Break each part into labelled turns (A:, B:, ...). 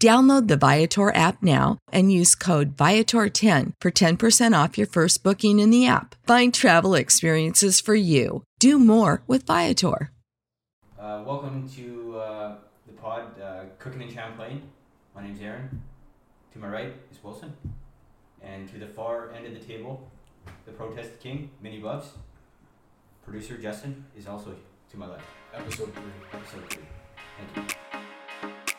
A: Download the Viator app now and use code Viator10 for 10% off your first booking in the app. Find travel experiences for you. Do more with Viator.
B: Uh, welcome to uh, the pod, uh, Cooking in Champlain. My name's Aaron. To my right is Wilson. And to the far end of the table, the protest king, Mini Buffs. Producer Justin is also to my left.
C: Episode three.
B: Episode three. Thank you.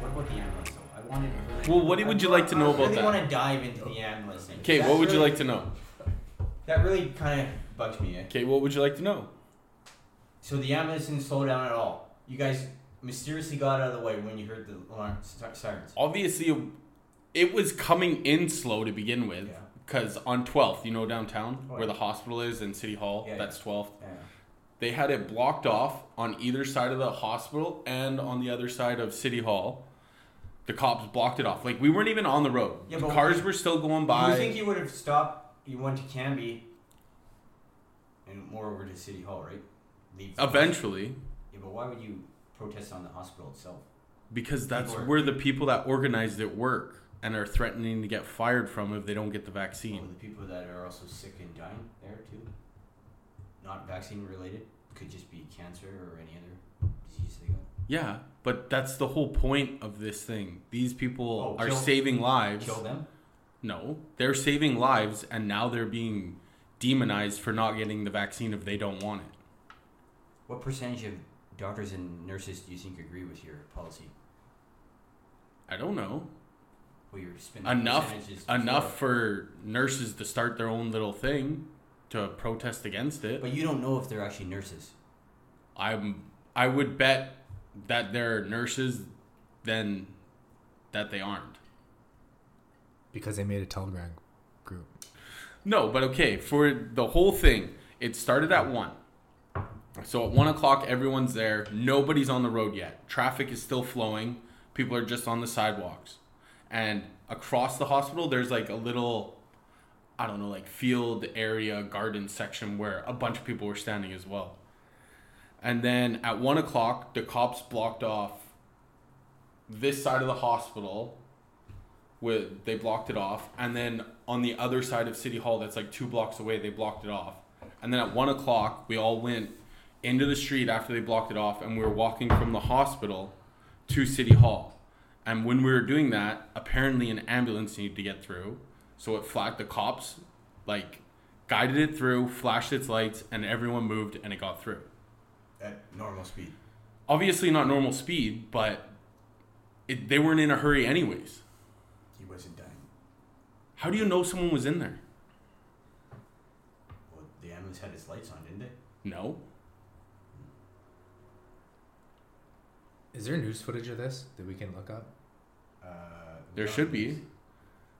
B: What about the analyst? though? I wanted. to really-
C: Well, what
B: I
C: would you
B: really-
C: like to know
B: I really
C: about that?
B: want to dive into the analyst. thing.
C: Okay,
B: Oh. That
C: what would you
B: really-
C: like to know?
B: That really kind of bugs me. eh?
C: Okay, what would you like to know?
B: So the ambulance didn't slow down at all. You guys mysteriously got out of the way when you heard the alarm si- sirens.
C: Obviously, it was coming in slow to begin with.
B: Yeah.
C: Because on 12th, you know, downtown
B: Oh,
C: where
B: yeah.
C: the hospital is and City Hall,
B: Yeah,
C: that's 12th.
B: Yeah.
C: They had it blocked off on either side of the hospital and on the other side of City Hall. The cops blocked it off. Like, we weren't even on the road.
B: Yeah,
C: the
B: but
C: cars were still going by.
B: You think you would have stopped? You went to Canby and more over to City Hall, right? Leave.
C: Eventually,
B: Yeah, but why would you protest on the hospital itself?
C: because that's
B: People are-
C: where the people that organized it work and are threatening to get fired from if they don't get the
B: Well,
C: vaccine.
B: the people that are also sick and dying there too, not vaccine related, could just be cancer or any other disease they got.
C: Yeah, but that's the whole point of this thing. These
B: Oh,
C: people are
B: kill-
C: saving lives.
B: Kill them.
C: No, they're saving lives, and now they're being demonized for not getting the vaccine if they don't want it.
B: What percentage of doctors and nurses do you think agree with your policy?
C: I don't know.
B: Well, you're spending
C: Enough,
B: percentages before.
C: enough for nurses to start their own little thing to protest against it.
B: But you don't know if they're actually nurses.
C: I'm, I would bet that there are nurses, then that they aren't.
D: because they made a Telegram group.
C: No, but okay, for the whole thing, it started at 1. So at 1 o'clock, everyone's there. Nobody's on the road yet. Traffic is still flowing. People are just on the sidewalks. And across the hospital, there's like a little, I don't know, like field area, garden section where a bunch of people were standing as well. And then at 1 o'clock, the cops blocked off this side of the hospital with they blocked it off and then on the other side of city hall that's like two blocks away they blocked it off and then at one o'clock we all went into the street after they blocked it off and we were walking from the hospital to city hall and when we were doing that apparently an ambulance needed to get through so it flagged the cops like guided it through flashed its lights and everyone moved and it got through
B: At normal speed.
C: obviously not normal speed but it, they weren't in a hurry anyways
B: He wasn't dying.
C: How do you know someone was in there?
B: Well, the ambulance had its lights on, didn't it?
C: No.
D: Is there news footage of this that we can look up?
B: Uh,
C: There
B: no,
C: should
B: it
C: be.
B: was-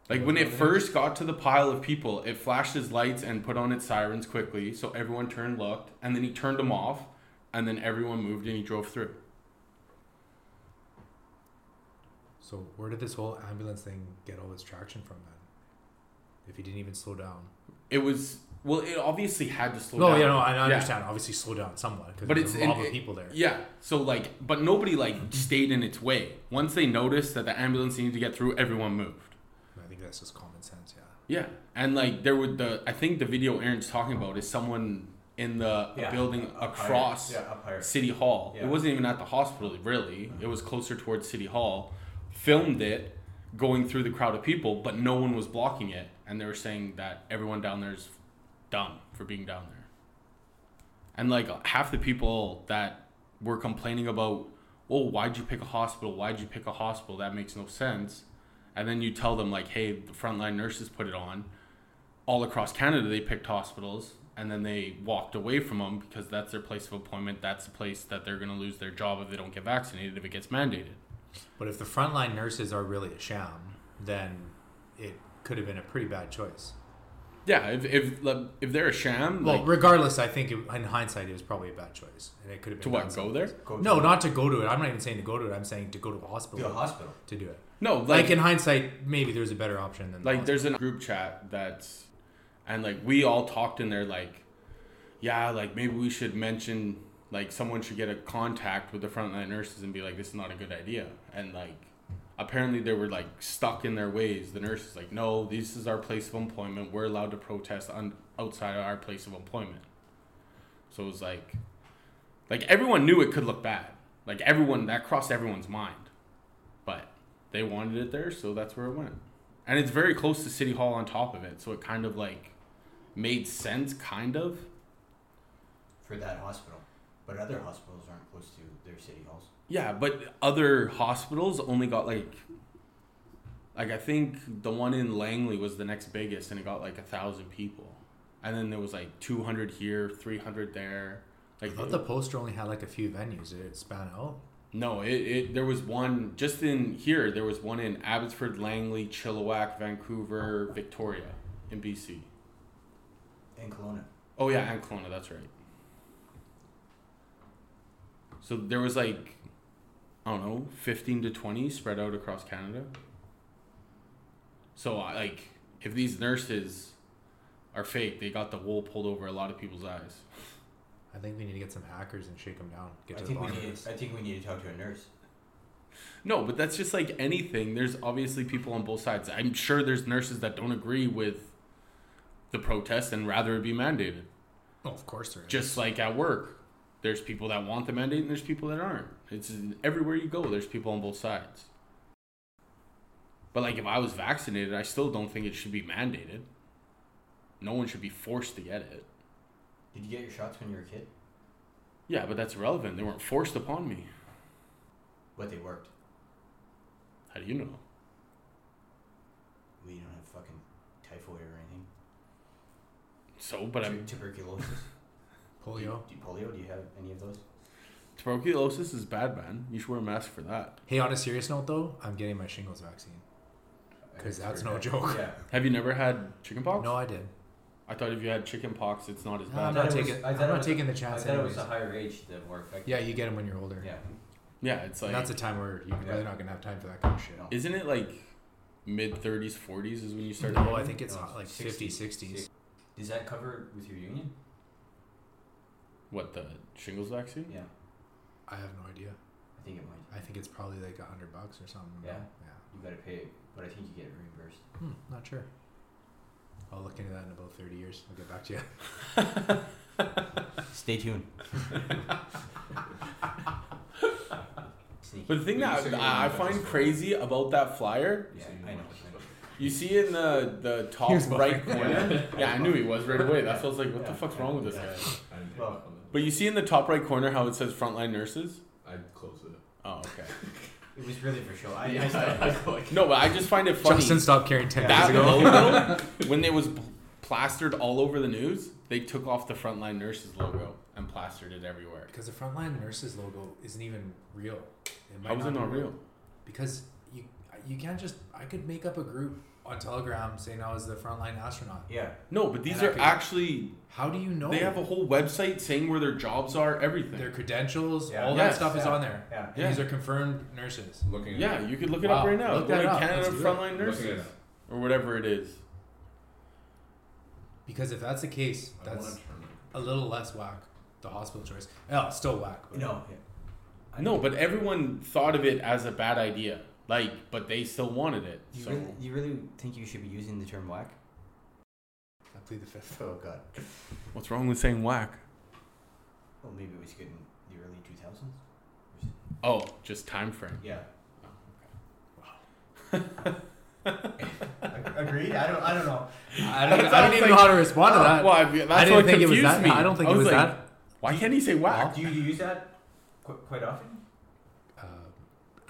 C: Like when it first got to the pile of people, it flashed his lights and put on its sirens quickly, so everyone turned, looked, and then he turned them off, and then everyone moved and he drove through.
D: So where did this whole ambulance thing get all its traction from then? If he didn't even slow down.
C: It was well, it obviously had to slow
D: No,
C: down.
D: you know, I I
C: Yeah.
D: understand. Obviously, slow down somewhat because
C: But
D: there's
C: it's
D: a lot
C: and
D: of
C: it-
D: people there.
C: Yeah. So like, but nobody like stayed in its way. Once they noticed that the ambulance needed to get through, everyone moved.
D: I think that's just common sense. Yeah.
C: Yeah. And like there were the I think the video Aaron's talking about is someone in the
B: Yeah,
C: building
B: up higher.
C: across
B: Yeah, up higher.
C: City Hall.
B: Yeah.
C: It wasn't even at the hospital really. It was closer towards City Hall. Filmed it going through the crowd of people, but no one was blocking it, and they were saying that everyone down there's dumb for being down there. And like half the people that were complaining about, well, why'd you pick a hospital? Why'd you pick a hospital? That makes no sense. And then you tell them like, hey, the frontline nurses put it on. All across Canada, they picked hospitals, and then they walked away from them because that's their place of employment. That's the place that they're going to lose their job if they don't get vaccinated if it gets mandated.
D: But if the frontline nurses are really a sham, then it could have been a pretty bad choice.
C: Yeah, if if like, if they're a sham,
D: Well,
C: like
D: regardless, I think it, in hindsight, it was probably a bad choice, and it could have been
C: to
D: done
C: what go
D: some-
C: there?
B: Go
D: No,
B: to-
D: not to go to it. I'm not even saying to go to it. I'm saying to go to a hospital
B: to a hospital.
D: to do it.
C: No,
D: Like, in hindsight, maybe there's a better option than the
C: like there's a group chat that's and like we all talked in there like yeah like maybe we should mention like someone should get a contact with the frontline nurses and be like this is not a good idea and like apparently they were like stuck in their ways the nurses like no this is our place of employment we're allowed to protest on outside of our place of employment so it was like like everyone knew it could look bad like everyone that crossed everyone's mind but they wanted it there so that's where it went and it's very close to City Hall on top of it, so it kind of like made sense, kind of.
B: for that hospital. But other hospitals aren't close to their city halls.
C: Yeah, but other hospitals only got like, like I think the one in Langley was the next biggest, and it got like a thousand people, and then there was like two hundred here, three hundred there.
D: I
C: Like
D: thought the poster only had like a few venues. Did it span out?
C: no, it, it there was one just in here. There was one in Abbotsford, Langley, Chilliwack, Vancouver, Victoria, in BC.
B: And Kelowna.
C: Oh yeah, and Kelowna, that's right. So there was like I don't know, fifteen to twenty spread out across Canada. So I like if these nurses are fake, they got the wool pulled over a lot of people's eyes.
D: I think we need to get some hackers and shake them down. Get
B: I
D: to the
B: think we
D: bottom
B: need.
D: of this.
B: I think we need to talk to a nurse.
C: No, but that's just like anything. There's obviously people on both sides. I'm sure there's nurses that don't agree with the protest and rather it be mandated.
D: Oh, of course there is.
C: just like at work there's people that want the mandate and there's people that aren't it's everywhere you go there's people on both sides but like if i was vaccinated i still don't think it should be mandated no one should be forced to get it
B: Did you get your shots when you were a kid?
C: yeah but that's irrelevant they weren't forced upon me
B: But they worked.
C: how do you know
B: We don't have fucking typhoid or anything.
C: so but i'm
B: Tu- tuberculosis.
D: polio.
B: Do you polio? Do you have any of those?
C: tuberculosis is bad man you should wear a mask for that
D: Hey, on a serious note though, I'm getting my shingles vaccine. 'Cause that's no
C: Oh.
D: joke.
B: Yeah.
C: have you never had chickenpox
D: No, I did.
C: i thought if you had chickenpox it's not as
D: No,
C: bad
D: I'm
B: I
D: not
B: thought it
D: taking.
B: was- I
D: I'm
B: thought it
D: not
B: was-
D: taking the
B: I
D: chance
B: thought it was
D: anyways.
B: the higher age that more affected.
D: Yeah, you get them when you're older.
B: Yeah.
C: yeah it's like
D: And that's a time where you're
B: Yeah.
D: really not gonna have time for that kind of shit.
B: No.
C: isn't it like mid 30s 40s is when you start
D: No, I think it's
B: No,
D: like 50,
B: 60s.
D: 60s.
B: Does that cover it with your union?
C: What the shingles vaccine?
B: Yeah.
D: I have no idea.
B: I think it might.
D: I think it's probably like a hundred bucks or something. no?
B: Yeah.
D: Yeah.
B: You gotta pay, it, but I think you get it reimbursed.
D: Hmm, not sure. I'll look into that in about 30 years. I'll get back to you.
B: Stay tuned. Sneaky.
C: But the thing that I, I find crazy about that flyer,
B: Yeah, I know. what you meant.
C: you see it in the the top
D: Here's
C: right
D: mine.
C: corner. Yeah, I knew he was right away. That's why I was like, what the fuck's wrong with this
B: Yeah.
C: guy?
B: Well,
C: But you see in the top right corner how it says frontline nurses.
E: I close it.
C: Oh, okay.
B: It was really for show. I, I
C: Yeah.
B: started. I was like,
C: No, but I just find it funny.
D: Justin stopped caring ten years
C: that
D: ago.
C: logo, when it was pl- plastered all over the news, they took off the frontline nurses logo and plastered it everywhere.
D: Because the frontline nurses logo isn't even real. It might
C: How was it
D: be
C: not real?
D: Because you you can't just I could make up a group on Telegram saying I was the frontline astronaut.
B: yeah.
C: No, but these
D: And I
C: are
D: could-
C: actually.
D: How do you know?
C: They have a whole website saying where their jobs are, everything.
D: their credentials,
B: Yeah.
D: all
C: Yes.
D: that stuff is
B: Yeah.
D: on there.
B: Yeah.
D: And
C: Yeah.
D: These are confirmed nurses.
E: Looking at
C: yeah,
E: it.
C: you could look it up
D: Wow,
C: right now.
D: look
C: Go
D: that
C: to
D: up.
C: Canada
D: Let's do that.
C: Frontline
E: Looking it
C: Nurses
E: up.
C: or whatever it is.
D: Because if that's the case,
E: I wanna
D: that's
E: turn it.
D: a little less whack. The hospital choice. Oh, it's still whack. But
B: No. Yeah. I-
C: No, but everyone thought of it as a bad idea. Like, but they still wanted it.
B: You,
C: So
B: really, you really think you should be using the term whack?
D: I plead the fifth.
B: Oh God.
C: what's wrong with saying whack?
B: Well, maybe it was good in the early 2000s.
C: Oh, just time frame.
B: Yeah. Agreed. I don't. I don't know.
D: I don't,
C: That's
D: I don't
C: like-
D: even know how to respond to that.
C: Well, I, that's
D: I didn't
C: what
D: think it was
C: confused
D: that-
C: Me.
D: I don't think it
C: was
D: was
C: like,
D: that-
C: Why can't he say whack?
B: Do you use that qu- quite often?
D: Uh,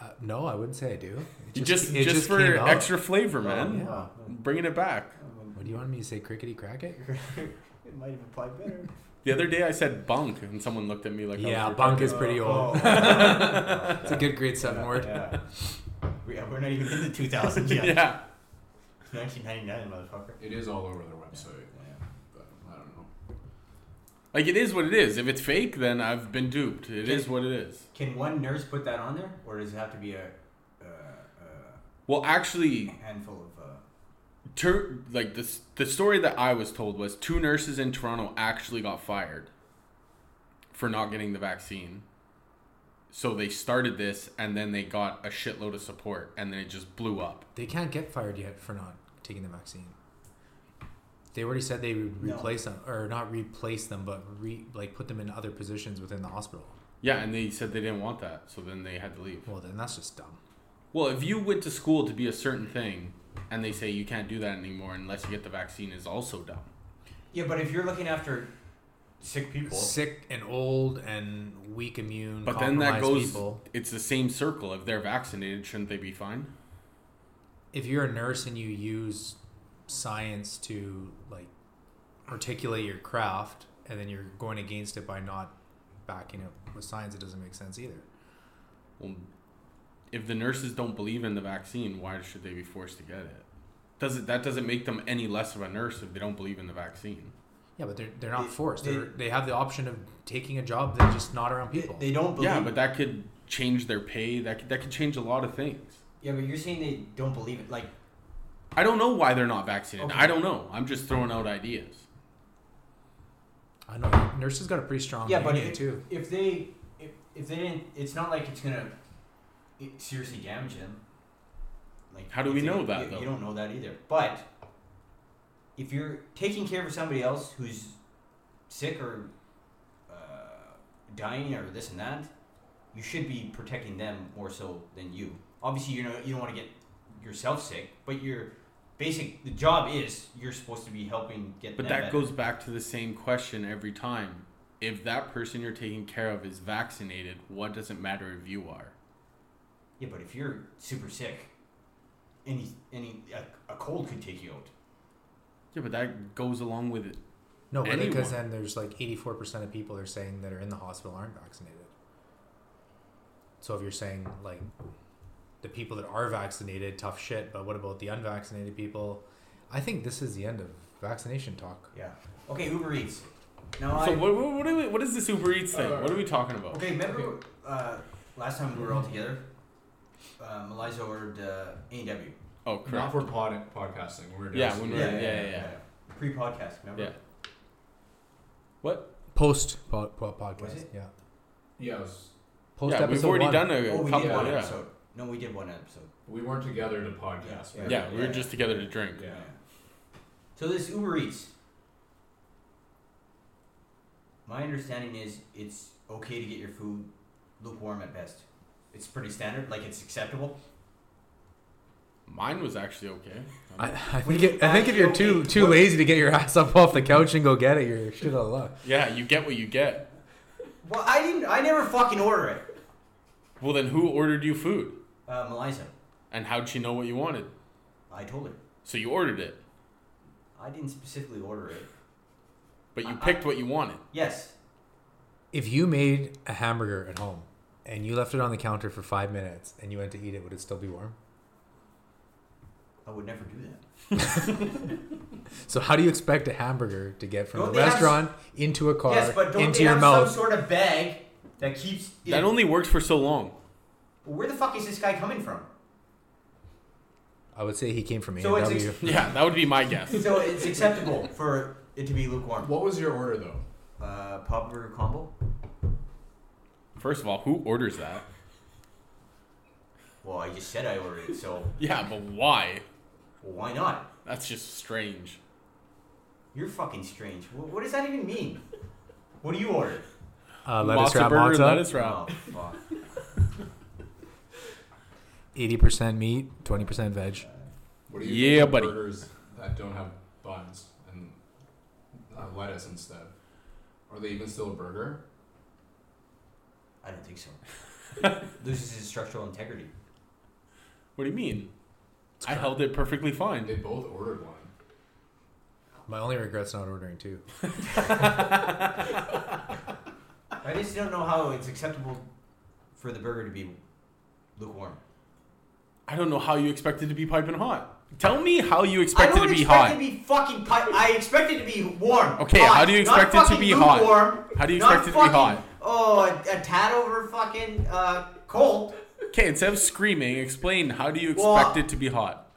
D: uh, no, I wouldn't say I do. It
C: Just, just,
D: it
C: for
D: came out.
C: extra flavor,
B: Oh,
C: man.
D: yeah.
C: Bringing it back.
D: What do you want me to say? Crickety cracket?
B: it might have applied better.
C: The other day I said bunk, and someone looked at me like, I was
D: yeah,
C: retarded.
D: bunk is pretty old.
B: Oh.
D: It's a good grade seven word.
B: Yeah. We, yeah, we're not even in the 2000s yet.
C: yeah.
B: 1999, motherfucker.
E: It is all over their website,
B: Yeah.
E: but I don't know.
C: Like it is what it is. If it's fake, then I've been duped. It is what it is.
B: Can one nurse put that on there, or does it have to be a, uh,
C: Well, actually,
B: a handful of? Uh,
C: tur like the s- the story that I was told was two nurses in Toronto actually got fired for not getting the vaccine. So they started this, and then they got a shitload of support, and then it just blew up.
D: They can't get fired yet for not taking the vaccine. They already said they would
B: No.
D: replace them, or not replace them, but re, like put them in other positions within the hospital.
C: Yeah, and they said they didn't want that, so then they had to leave.
D: Well, then that's just dumb.
C: Well, if you went to school to be a certain thing, and they say you can't do that anymore unless you get the vaccine, is also dumb.
B: yeah, but if you're looking after sick people,
D: Sick and old and weak immune,
C: But then that goes.
D: people.
C: It's the same circle. If they're vaccinated, shouldn't they be fine?
D: If you're a nurse and you use science to like articulate your craft, and then you're going against it by not backing it with science, it doesn't make sense either.
C: Well, if the nurses don't believe in the vaccine, why should they be forced to get it? Does it that doesn't make them any less of a nurse if they don't believe in the vaccine?
D: Yeah, but they're, they're not
B: They-
D: forced.
B: they-
D: They, are they have the option of taking a job that's just not around
B: they,
D: people.
B: they don't believe.
C: Yeah, but that could change their pay. That could, that could change a lot of things.
B: yeah, but you're saying they don't believe it. Like,
C: I don't know why they're not vaccinated.
B: Okay.
C: I don't know. I'm just throwing out ideas.
D: I know nurses got a pretty strong
B: yeah, but
D: union,
B: if,
D: too.
B: if they if, if they didn't, it's not like it's gonna it seriously damage them. Like,
C: How do we
B: if they-
C: know that,
B: You,
C: though?
B: you don't know that either. But if you're taking care of somebody else who's sick or uh, dying or this and that, you should be protecting them more so than you. Obviously, you know you don't want to get yourself sick, but your basic the job is you're supposed to be helping get.
C: But
B: them
C: that
B: better.
C: goes back to the same question every time. If that person you're taking care of is vaccinated, what does it matter if you are?
B: Yeah, but if you're super sick, any any a, a cold could take you out.
C: Yeah, but that goes along with it.
D: No, but because
C: anyone.
D: then there's like 84% of people they're saying that are in the hospital aren't vaccinated. So if you're saying like the people that are vaccinated, tough shit, but what about the unvaccinated people? I think this is the end of vaccination talk.
B: Yeah. Okay, Uber Eats. Now
C: So
B: I
C: what, what, what, are we, what is this Uber Eats thing?
E: Uh,
C: what are we talking about?
B: okay. Remember uh, last time we were all together, um, Eliza ordered uh, A W.
C: Oh, crap.
E: Not for pod- podcasting. We're
C: Yeah,
E: doing
C: when we're-
E: some-
C: yeah, yeah, yeah.
B: Pre podcast, remember?
C: Yeah. What?
D: Post pod, pod, podcast.
B: Was it?
D: Yeah.
E: yeah. it was-
D: Post
C: yeah, we've already
D: one.
C: done a
B: Oh, we
C: couple.
B: did one
C: yeah.
B: episode. No, we did one episode.
E: we weren't together to podcast.
B: Yeah.
E: right?
C: yeah, we were
B: Yeah.
C: just together to drink.
E: Yeah.
B: So this Uber Eats. My understanding is it's okay to get your food lukewarm at best. It's pretty standard, like it's acceptable.
C: Mine was actually okay.
D: I, I
B: When
D: think,
B: you
D: it, I think if
B: actually
D: you're too
B: eat-
D: too lazy to get your ass up off the couch and go get it, you're shit out of luck.
C: yeah, you get what you get.
B: Well, I didn't. I never fucking order it.
C: Well, then who ordered you food?
B: Uh, Melissa,
C: And how'd she know what you wanted?
B: I told her.
C: So you ordered it,
B: I didn't specifically order it.
C: but you
B: I- I-
C: picked what you wanted.
B: Yes.
D: If you made a hamburger at home and you left it on the counter for five minutes and you went to eat it, would it still be warm?
B: I would never do that.
D: So how do you expect a hamburger to get from
B: Don't
D: a
B: they have-
D: restaurant into a car
B: yes, but don't
D: into
B: they
D: your
B: have
D: mouth?
B: some sort of bag that keeps it?
C: That only works for so long.
B: Where the fuck is this guy coming from?
D: I would say he came from A
B: So
D: and
B: it's ex-
D: W.
C: Yeah, that would be my guess.
B: So it's acceptable for it to be lukewarm.
E: What was your order though?
B: Uh, pop burger combo.
C: First of all, who orders that?
B: Well, I just said I ordered it, so
C: Yeah, but why?
B: well, why not?
C: That's just strange.
B: You're fucking strange. What, what does that even mean? What do you order?
D: Uh, lettuce
C: Matzo
D: wrap
C: burger,
D: matzo,
C: lettuce wrap.
B: Oh fuck.
D: eighty percent meat, twenty percent veg.
E: What do you
C: Yeah,
E: think of
C: buddy.
E: Burgers that don't have buns and uh, lettuce instead. Are they even still a burger?
B: I don't think so. Loses his structural integrity.
C: What do you mean? I held it perfectly
E: They
C: fine.
E: both ordered one.
D: My only regret's not ordering two.
B: I just don't know how it's acceptable for the burger to be lukewarm.
C: I don't know how you expect it to be piping hot. Tell me how you
B: I
C: expect it
B: don't
C: to be
B: expect
C: hot.
B: it to be fucking pi I expect it to be warm.
C: Okay,
B: hot,
C: how do you
B: not
C: expect it to
B: fucking
C: be hot?
B: lukewarm,
C: How do you
B: not
C: expect it to be
B: fucking-
C: hot?
B: Oh, a, a tad over fucking uh, cold.
C: Okay, instead of screaming, explain how do you expect
B: Well,
C: it to be hot?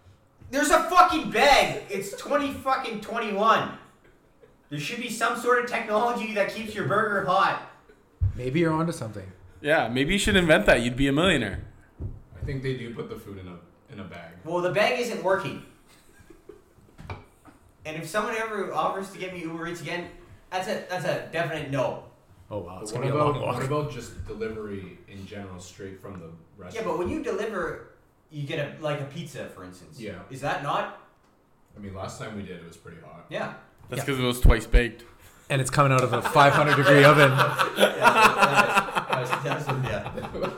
B: There's a fucking bag. It's 20 fucking 21. There should be some sort of technology that keeps your burger hot.
D: Maybe you're onto something.
C: Yeah, maybe you should invent that. You'd be a millionaire.
E: I think they do put the food in a in a bag.
B: Well, the bag isn't working. And if someone ever offers to get me Uber Eats again, that's a that's a definite no.
D: Oh wow, it's
E: But
D: gonna be a
E: about,
D: long
E: What
D: walk.
E: about just delivery in general, straight from the
B: Yeah,
E: restaurant?
B: but when you deliver, you get a like a pizza, for instance.
E: Yeah.
B: Is that not?
E: I mean, last time we did, it was pretty hot.
B: Yeah.
C: That's because it was twice baked.
D: And it's coming out of a 500 degree oven.
B: that, was, that was- yeah.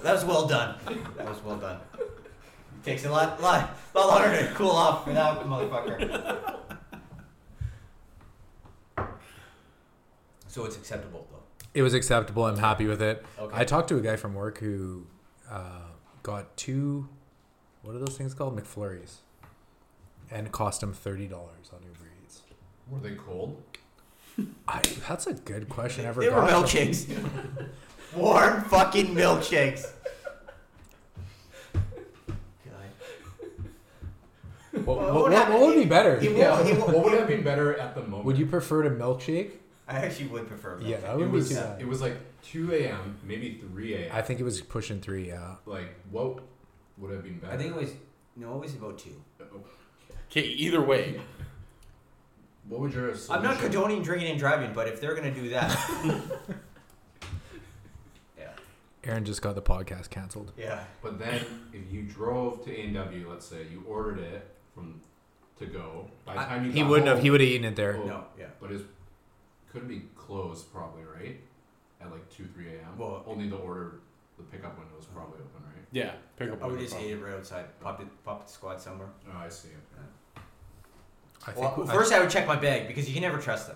B: That was well done. That was well done. It takes a lot, lot, lot longer to cool off for that motherfucker. So it's acceptable though.
D: It was acceptable. I'm happy with it.
B: Okay.
D: I talked to a guy from work who uh, got two, what are those things called? McFlurries. And it cost him $30 on Uber Eats.
E: Were they cold?
D: I, that's a good question. I
B: They were
D: forgot.
B: milkshakes. Warm fucking milkshakes. God.
D: What,
B: What
D: what,
B: would
D: what,
B: happen
D: what would
B: if-
D: be better?
B: if-
E: Yeah.
B: Well, it wa-
E: what would have been better at the moment?
D: Would you prefer a milkshake?
B: I actually would prefer.
D: Yeah,
B: Milkshake.
D: that
E: It
D: would be
E: was.
D: too bad.
E: It was like 2 a.m., maybe 3 a.m.
D: I think it was pushing three. Yeah.
E: like what would have been better?
B: I think it was no, it was about two.
C: Okay, either way.
E: What would your
B: I'm not
E: solution-
B: condoning drinking and driving, but if they're gonna do that, yeah,
D: Aaron just got the podcast canceled.
B: yeah.
E: But then, if you drove to A and W, let's say you ordered it from to go. By the time you
D: He
E: got
D: wouldn't have.
E: home-
D: He would have eaten it there.
E: Oh,
B: No, yeah.
E: But it could be closed probably, right? At like two, three a.m.
B: Well-
E: only the order, the pickup window is probably open, right?
C: Yeah, pick up
B: I would
C: one.
B: just ate it right outside. Popped it, popped the squad somewhere.
E: Oh, I see.
D: I think.
B: Well,
D: I-
B: first, I would check my bag because you can never trust them.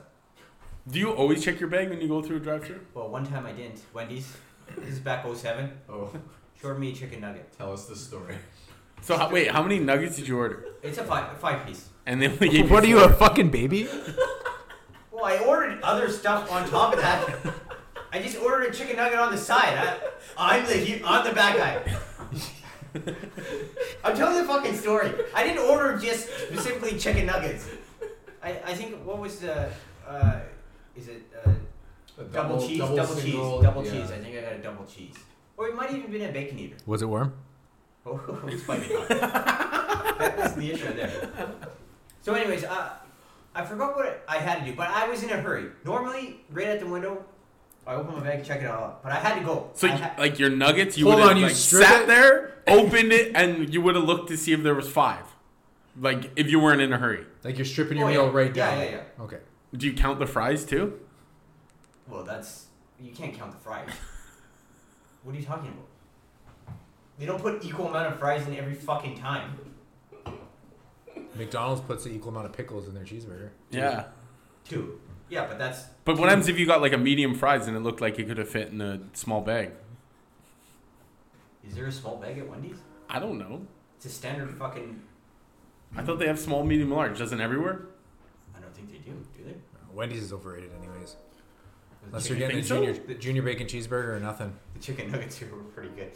C: Do you always check your bag when you go through a drive-thru?
B: Well, one time I didn't. Wendy's. This is back 07.
E: Oh,
B: Short me a chicken nugget.
E: tell us the story.
C: So how, wait, how many nuggets did you order?
B: It's a five, a five piece.
C: And they only gave you
D: what are you,
C: four.
D: a fucking baby?
B: Well, I ordered other stuff on top of that. I just ordered a chicken nugget on the side. I, I'm the hu- I'm the bad guy. I'm telling the fucking story. I didn't order just specifically chicken nuggets. I, I think what was the uh, is it uh,
E: A
B: double, cheese, double,
E: single-
B: cheese, double
E: yeah.
B: cheese. I think I got a double cheese, or it might even been a bacon eater.
D: Was it warm?
B: Oh, it's fighting on. that was the issue there. So, anyways, uh, I forgot what I had to do, but I was in a hurry. Normally, right at the window, I open my bag and check it all out, but I had to go.
C: So
B: I
C: you,
B: ha-
C: like your nuggets, you
D: Hold
C: would have
D: on, you
C: like,
D: strip
C: sat
D: it?
C: there, opened it, and you would have looked to see if there was five. Like if you weren't in a hurry.
D: Like you're stripping
B: Oh,
D: your
B: yeah.
D: meal right
B: Yeah,
D: down.
B: yeah, yeah.
D: Okay.
C: Do you count the fries too?
B: well, that's you can't count the fries. what are you talking about? They don't put equal amount of fries in every fucking time.
D: McDonald's puts an equal amount of pickles in their cheeseburger.
C: Yeah.
B: Two. Yeah, but that's
C: But what happens if you got like a medium fries and it looked like it could have fit in a small bag?
B: is there a small bag at Wendy's?
C: I don't know.
B: It's a standard fucking.
C: I thought they have small, medium, large. Doesn't everywhere?
B: I don't think they do. Do they?
D: Uh, Wendy's is overrated, anyways. Unless
B: The
D: you're getting a
C: think so?
D: junior, the junior bacon cheeseburger or nothing.
B: The chicken nuggets here were pretty good.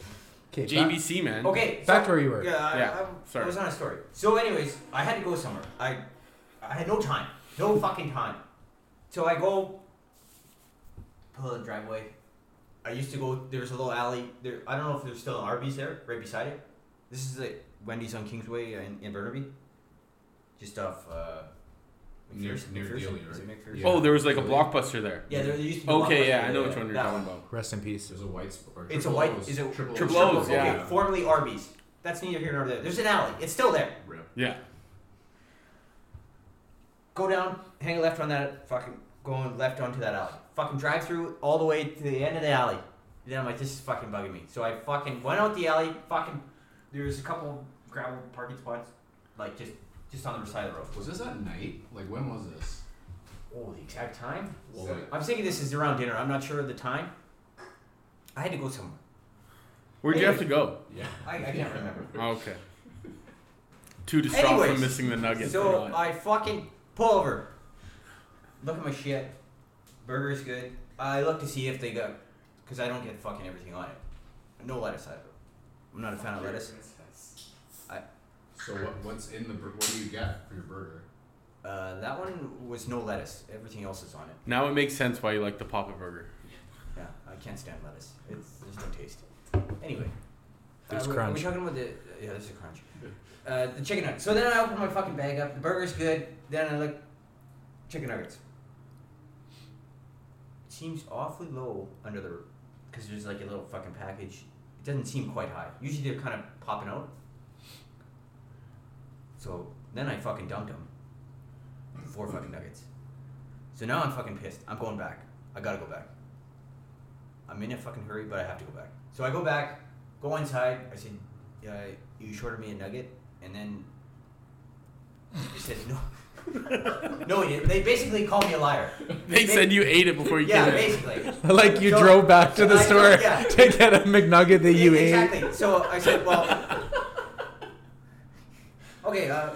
D: Okay,
C: JVC man.
B: Okay,
D: Back to where you were.
B: Yeah, I,
C: Yeah,
B: I,
C: sorry.
B: I was on a story. So, anyways, I had to go somewhere. I, I had no time, no fucking time. So I go pull in the driveway. I used to go. There was a little alley. There, I don't know if there's still an Arby's there, right beside it. This is like Wendy's on Kingsway in, in Burnaby, just off. Uh,
E: Near-
B: McPherson-
E: near
B: McPherson?
E: Dealey,
B: Is it McPherson?
C: Oh, there was like a blockbuster there.
B: yeah. There, there used to be.
C: Okay,
B: Blockbuster
C: yeah, I know
B: there,
C: which one you're
B: that
C: talking about.
D: Rest in peace.
E: There's a white. sp- Or
B: It's a
E: triple
B: white.
E: O's.
B: Is it
E: triple
C: Triple
E: O's.
C: O's,
B: okay,
C: yeah.
B: formerly Arby's. That's neither here nor there. There's an alley. It's still there.
E: Rip.
C: Yeah.
B: go down, hang left on that fucking going left onto that alley. Fucking drive through all the way to the end of the alley. And then I'm like, this is fucking bugging me. So I fucking went out the alley, fucking there's a couple gravel parking spots, like just just on the side of the road.
E: Was this at night? Like when was this?
B: Oh, the exact time?
E: Whoa.
B: So- I'm thinking this is around dinner. I'm not sure of the time. I had to go somewhere.
C: Where'd you have to go?
E: Yeah.
B: I, I can't remember.
C: Oh, Okay. Too distraught from
B: Anyways,
C: missing the nugget.
B: So
C: Really.
B: I fucking pull over. Look at my shit. Burger's good. I look to see if they got, because I don't get fucking everything on it. No lettuce either. I'm not a fan of lettuce.
E: So what, what's in the bur- what do you get for your burger?
B: Uh, that one was no lettuce. Everything else is on it.
C: now it makes sense why you like the Papa Burger.
B: Yeah, I can't stand lettuce. It's there's no taste. Anyway.
D: There's
B: uh, we-
D: crunch.
B: Are we talking about the yeah? There's a crunch. Uh, the chicken nuggets. So then I open my fucking bag up. The burger's good. Then I look, chicken nuggets. Seems awfully low under the, because there's like a little fucking package. It doesn't seem quite high. Usually they're kind of popping out. So then I fucking dunked them. Four fucking nuggets. So now I'm fucking pissed. I'm going back. I gotta go back. I'm in a fucking hurry, but I have to go back. So I go back, go inside. I said, uh, "You shorted me a nugget," and then they said, "No, no, he didn't." They basically called me a liar.
C: They said you ate it before you
B: Yeah,
C: came in.
B: basically.
D: like you
B: So-
D: drove back to the
B: I-
D: store
B: yeah.
D: to get a McNugget that you
B: exactly. So I said, "Well, okay, uh,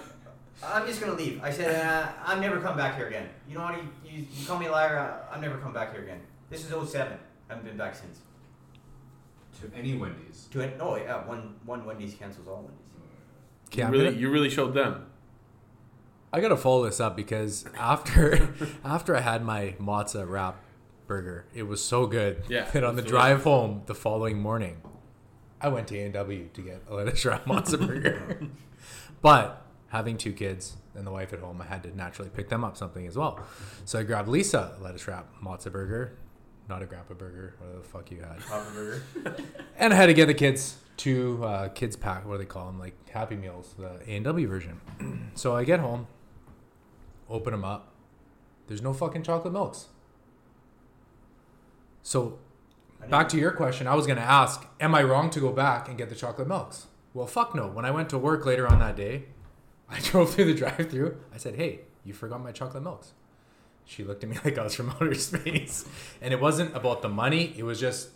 B: I'm just gonna leave." I said, uh, "I'm never come back here again." You know what? You, you, you call me a liar. I, I'm never come back here again. This is 07. I haven't been back since.
E: To any Wendy's.
B: To it? No, yeah, one one Wendy's cancels all Wendy's.
D: ate.
C: You
D: Okay, I'm
C: really,
D: gonna-
C: you really showed them.
D: I gotta follow this up because after after I had my matzah wrap burger, it was so good
C: Yeah,
D: that on the
C: it's
D: drive home the following morning, I went to A and W to get a lettuce wrap matzah burger. but having two kids and the wife at home, I had to naturally pick them up something as well. So I grabbed Lisa a lettuce wrap matzah burger, not a grandpa burger, whatever the fuck you had.
B: Papa Burger.
D: And I had to get the kids two uh, kids pack. What do they call them? Like Happy Meals, the A and W version. so I get home, open them up. There's no fucking chocolate milks. So, back to your question, I was gonna ask, am I wrong to go back and get the chocolate milks? Well, fuck no. When I went to work later on that day, I drove through the drive-through. I said, "Hey, you forgot my chocolate milks." She looked at me like I was from outer space, and it wasn't about the money. It was just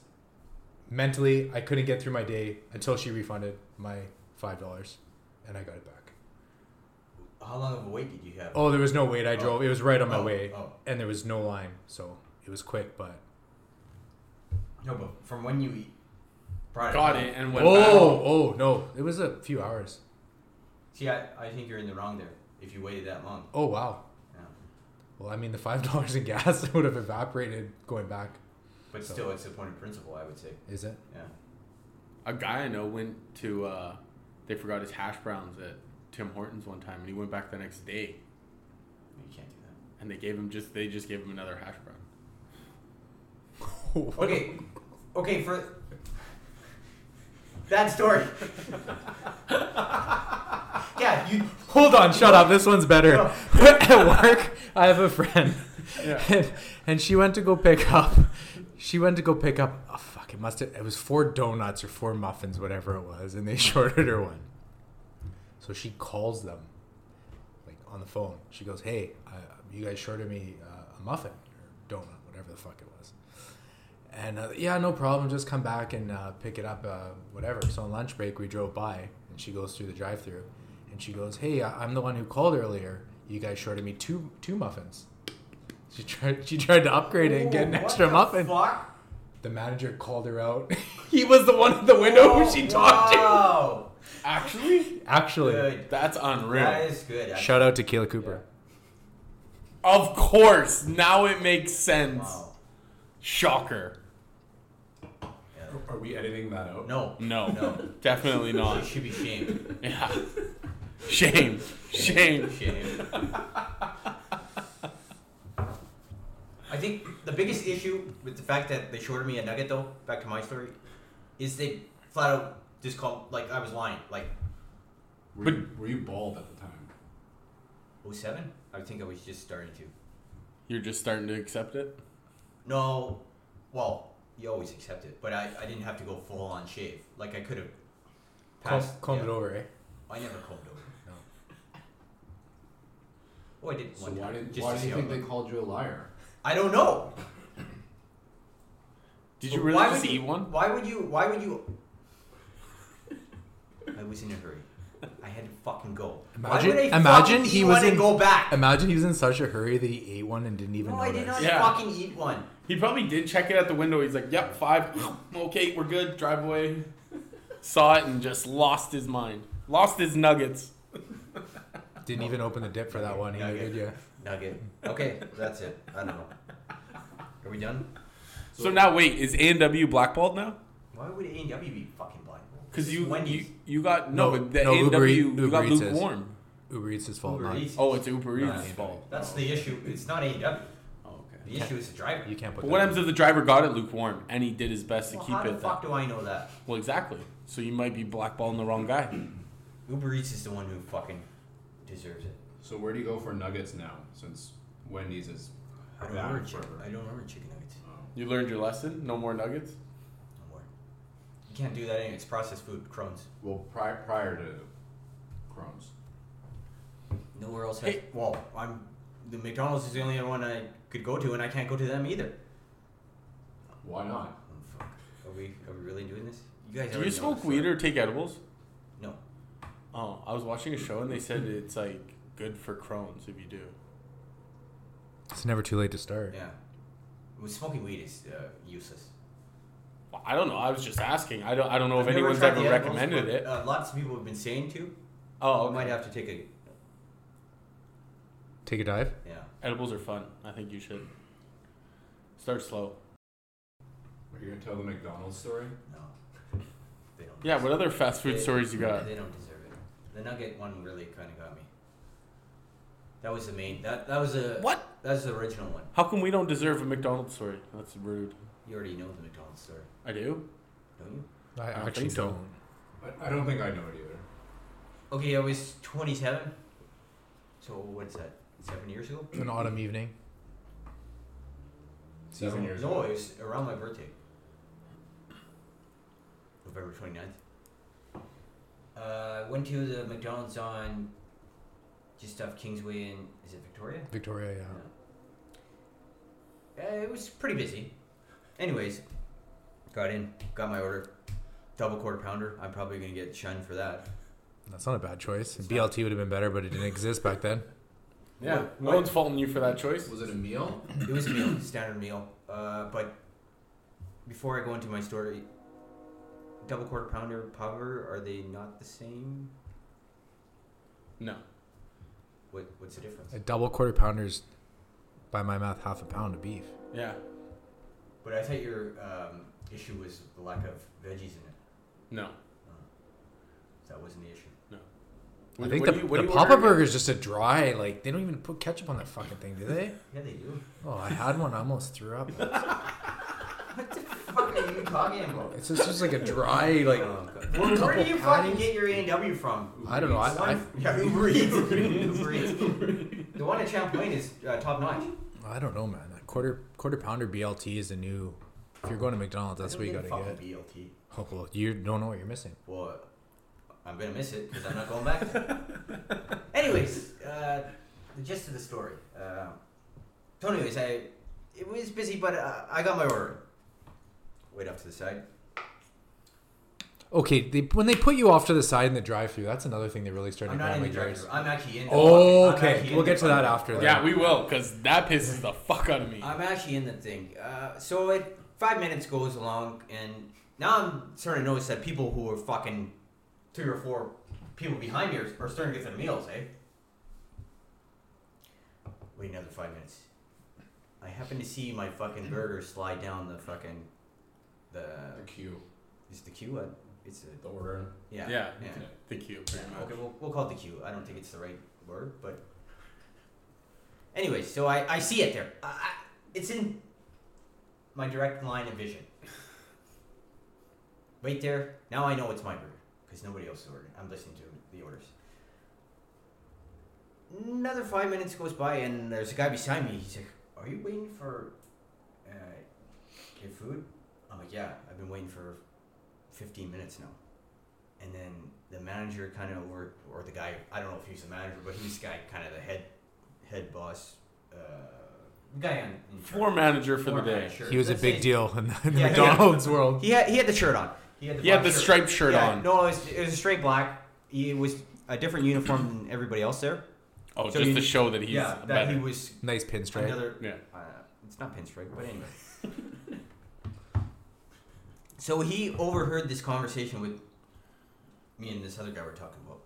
D: mentally I couldn't get through my day until she refunded my five dollars, and I got it back.
B: How long of a wait did you have?
D: Oh, there was no wait. I drove. It was right on my
B: Oh,
D: way,
B: oh.
D: and there was no line, so it was quick. But
B: No, but from when you eat, brought
C: Got
B: up.
C: it and went
D: oh, oh no, it was a few hours.
B: See, I, I think you're in the wrong there. If you waited that long.
D: Oh wow.
B: Yeah.
D: Well, I mean, the five dollars in gas would have evaporated going back.
B: But
D: So-
B: still, it's the point of principle, I would say.
D: Is it?
B: Yeah.
C: back. A guy I know went to, uh, they forgot his hash browns at Tim Hortons one time and he went back the next day
B: You can't do that.
C: and they gave him just, they just gave him another hash brown.
D: What a-
B: Okay. Okay, for. That story. yeah, you.
D: Hold on, shut up. This one's better.
B: No.
D: At work, I have a friend,
C: Yeah.
D: and, and she went to go pick up. She went to go pick up. Oh fuck! It must have. It was four donuts or four muffins, whatever it was, and they shorted her one. So she calls them, like on the phone. She goes, "Hey, uh, you guys shorted me uh, a muffin or donut, whatever the fuck it was." And uh, yeah, no problem. Just come back and uh, pick it up, uh, whatever. So on lunch break, we drove by, and she goes through the drive-through, and she goes, "Hey, I- I'm the one who called earlier. You guys shorted me two two muffins." She tried. She tried to upgrade it and get an
B: Ooh, what
D: extra
B: the
D: muffin.
B: Fuck?
D: The manager called her out. he was the one at the window who she talked
B: wow.
C: Actually,
D: to. Actually,
B: Good.
C: that's unreal.
B: That is good. actually.
D: shout out to Keila Cooper.
C: Of course, now it makes sense.
B: Wow.
C: Shocker.
E: Are we editing that out?
B: No.
C: No,
B: No.
C: definitely
B: It
C: not.
B: should be shame.
C: Yeah. Shame. Shame.
B: Shame. I think the biggest issue with the fact that they shorted me a nugget, though, back to my story, is they flat out just called, like, I was lying. Like,
E: Were, you, were you bald at the time?
B: 07? I think I was just starting to.
C: You're just starting to accept it?
B: No, well, you always accept it, but I, I didn't have to go full on shave. Like, I could have
D: Calm,
B: passed.
D: calmed
B: yeah.
D: it over, eh?
B: I never combed over. No. Oh, I did
E: So
B: one
E: why
B: time.
E: did
B: just
E: why
B: to
E: do
B: see
E: you
B: how
E: think
B: it
E: they
B: looked.
E: called you a liar?
B: I don't know.
C: Did you
B: But
C: really
B: why
C: just
B: would you-
C: eat one?
B: Why would you? Why would you? I was in a hurry. I had to fucking go.
D: Imagine,
B: why would I
D: imagine
B: fucking
D: he
B: eat
D: was
B: one
D: in.
B: and go back?
D: Imagine he was in such a hurry that he ate one and didn't even
B: no, I
D: notice.
B: did not
C: Yeah.
B: fucking eat one.
C: He probably did check it at the window. He's like, yep, five. okay, we're good. Drive away. Saw it and just lost his mind. Lost his nuggets.
D: Didn't even open the dip for that one either,
B: Nugget.
D: did ya?
B: Nugget. Okay, that's it. I don't know. Are we done?
C: So, now, wait, is A&W blackballed now?
B: Why would A and W be fucking black?
C: Because you,
B: Wendy's.
C: you you got no,
D: No,
C: the
D: no, Uber
C: A&W
D: Eats-
C: you got
D: Uber Eats is.
C: lukewarm.
D: Uber Eats his fault,
B: Uber
D: not.
B: Eats.
C: Oh, it's Uber
D: Not
C: Eats'
D: A&W.
C: fault.
B: That's the issue. It's not A and W.
C: Oh, okay.
B: The issue is the driver.
D: You can't put
C: But what
D: that
C: happens if the driver got it lukewarm and he did his best to
B: well,
C: keep
B: how
C: it?
B: the
C: then?
B: fuck do I know that?
C: Well, exactly. So you might be blackballing the wrong guy.
B: Uber Eats is the one who fucking deserves it.
E: So where do you go for nuggets now? Since Wendy's is
B: I don't
E: back
B: order chicken.
E: forever.
B: I don't order chicken nuggets.
C: You learned your lesson. No more nuggets.
B: No more. You can't do that anyway. It's processed food, Crohn's.
E: Well, prior prior to Crohn's,
B: Nowhere else. Has,
C: Hey.
B: Well, I'm the McDonald's is the only one I could go to, and I can't go to them either.
E: why not?
B: Oh, fuck. Are we are we really doing this? You guys.
C: Do
B: already
C: you
B: know
C: smoke
B: this,
C: weed
B: right?
C: or take edibles?
B: No.
C: Oh, I was watching a show and they said it's like good for Crohn's if you do.
D: It's never too late to start.
B: Yeah. Well, smoking weed is uh, useless.
C: Well, I don't know. I was just asking. I don't. I don't know if
B: I've never
C: anyone's
B: tried
C: ever
B: the edibles,
C: recommended
B: but,
C: it.
B: Uh, lots of people have been saying to.
C: oh,
B: I
C: okay.
B: might have to take a.
D: Take a dive.
B: Yeah.
C: edibles are fun. I think you should start slow.
E: Are you gonna tell the McDonald's story?
B: No. They don't.
C: Yeah. What other fast food
B: They-
C: stories you got?
B: They don't deserve it. The nugget one really kind of got me. That was the main. That that was a.
C: What?
B: That was the original one.
C: How come we don't deserve a McDonald's story? That's rude.
B: You already know the McDonald's story,
C: I do.
B: don't you?
D: I,
C: don't
D: actually
C: think so.
D: don't.
E: I, I don't think I know it either.
B: Okay, I was 27. So what's that? Seven years ago?
D: An autumn evening.
E: Seven years
B: No,
E: ago.
B: it was around my birthday. November 29th. Uh, went to the McDonald's on just off Kingsway and is it Victoria?
D: Victoria, yeah.
B: Uh, it was pretty busy. Anyways, got in, got my order. Double quarter pounder. I'm probably gonna get shunned for that.
D: That's not a bad choice.
B: It's
D: BLT would have been better, but it didn't exist back then.
C: Yeah.
E: What-
C: No one's faulting you for that choice.
E: Was it a meal?
B: It was a meal, standard meal. Uh, but before I go into my story, double quarter pounder, power, are they not the same?
C: No.
B: What What's the difference?
D: A double quarter pounder's, by my math, half a pound of beef.
C: Yeah.
B: But I thought your um, issue was the lack of veggies in it.
C: No.
B: That wasn't the issue.
D: I
C: What-
D: think
C: what
D: the,
C: do you- what do
D: the
C: you
D: Papa
C: order?
D: Burger's just a dry, like, they don't even put ketchup on that fucking thing, do they?
B: Yeah, they do.
D: Oh, I had one, I almost threw up.
B: What are you talking about?
D: It's just, it's just like a dry, like,
B: Um, Where, where
D: couple
B: do you fucking
D: patties.
B: get your A and W from?
D: I don't know. I,
B: One- yeah, Uber Eats. Uber Eats. The one at Champlain is uh, top notch.
D: I, I don't know, man. That quarter quarter pounder BLT is the new If you're going to McDonald's, that's what you gotta
B: Fucking
D: get.
B: BLT.
D: Oh, well, you don't know what you're missing.
B: Well, I'm gonna miss it because I'm not going back. To it. anyways, uh, the gist of the story. Uh, so, anyways, I it was busy, but uh, I got my order. Wait off to the side.
D: Okay, they, when they put you off to the side in the drive-through, that's another thing they really started
B: I'm not in the
D: grabbing
B: drive
D: yours.
B: I'm actually in. The
D: Oh,
B: I'm
D: okay.
B: actually in
D: We'll
B: the
D: get to that
B: fucking-
D: after that.
C: Yeah, we will, because that pisses the fuck out of me.
B: I'm actually in the thing. Uh, so it five minutes goes along, and now I'm starting to notice that people who are fucking three or four people behind me are, are starting to get their meals, eh? Wait another five minutes. I happen to see my fucking burger slide down the fucking the
E: The queue,
B: is it the queue. Uh, it's
E: the
B: a
E: order.
B: yeah
C: yeah,
B: yeah.
C: the cube. pretty much.
B: Okay, we'll, we'll call it the queue. I don't think it's the right word, but. Anyways, so I, I see it there. I, I, it's in my direct line of vision. Right there. Now I know it's my burger because nobody else ordered. I'm listening to the orders. Another five minutes goes by, and there's a guy beside me. He's like, "Are you waiting for uh, your food?" I'm like, "Yeah, I've been waiting for 15 minutes now." and then the manager kind of over or the guy I don't know if he was the manager, but he was the guy kind of the head head boss uh, guy on in charge.
C: Floor manager for
B: Floor
C: the day.
B: manager.
D: He was a
B: Let's say-
D: big deal in the, in the
B: Yeah, yeah.
D: McDonald's world.
B: He had he had the shirt on. He had the,
C: He had
B: black
C: the striped shirt
B: Yeah,
C: on.
B: No, it was, it was a straight black. He was a different uniform than everybody else there.
C: Oh,
B: So
C: just
B: he-
C: to show that he's
B: yeah, that
C: better.
B: he was
D: Nice pinstripe.
B: another
C: yeah.
B: uh, it's not pinstripe, but anyway. so he overheard this conversation with me and this other guy we're talking about.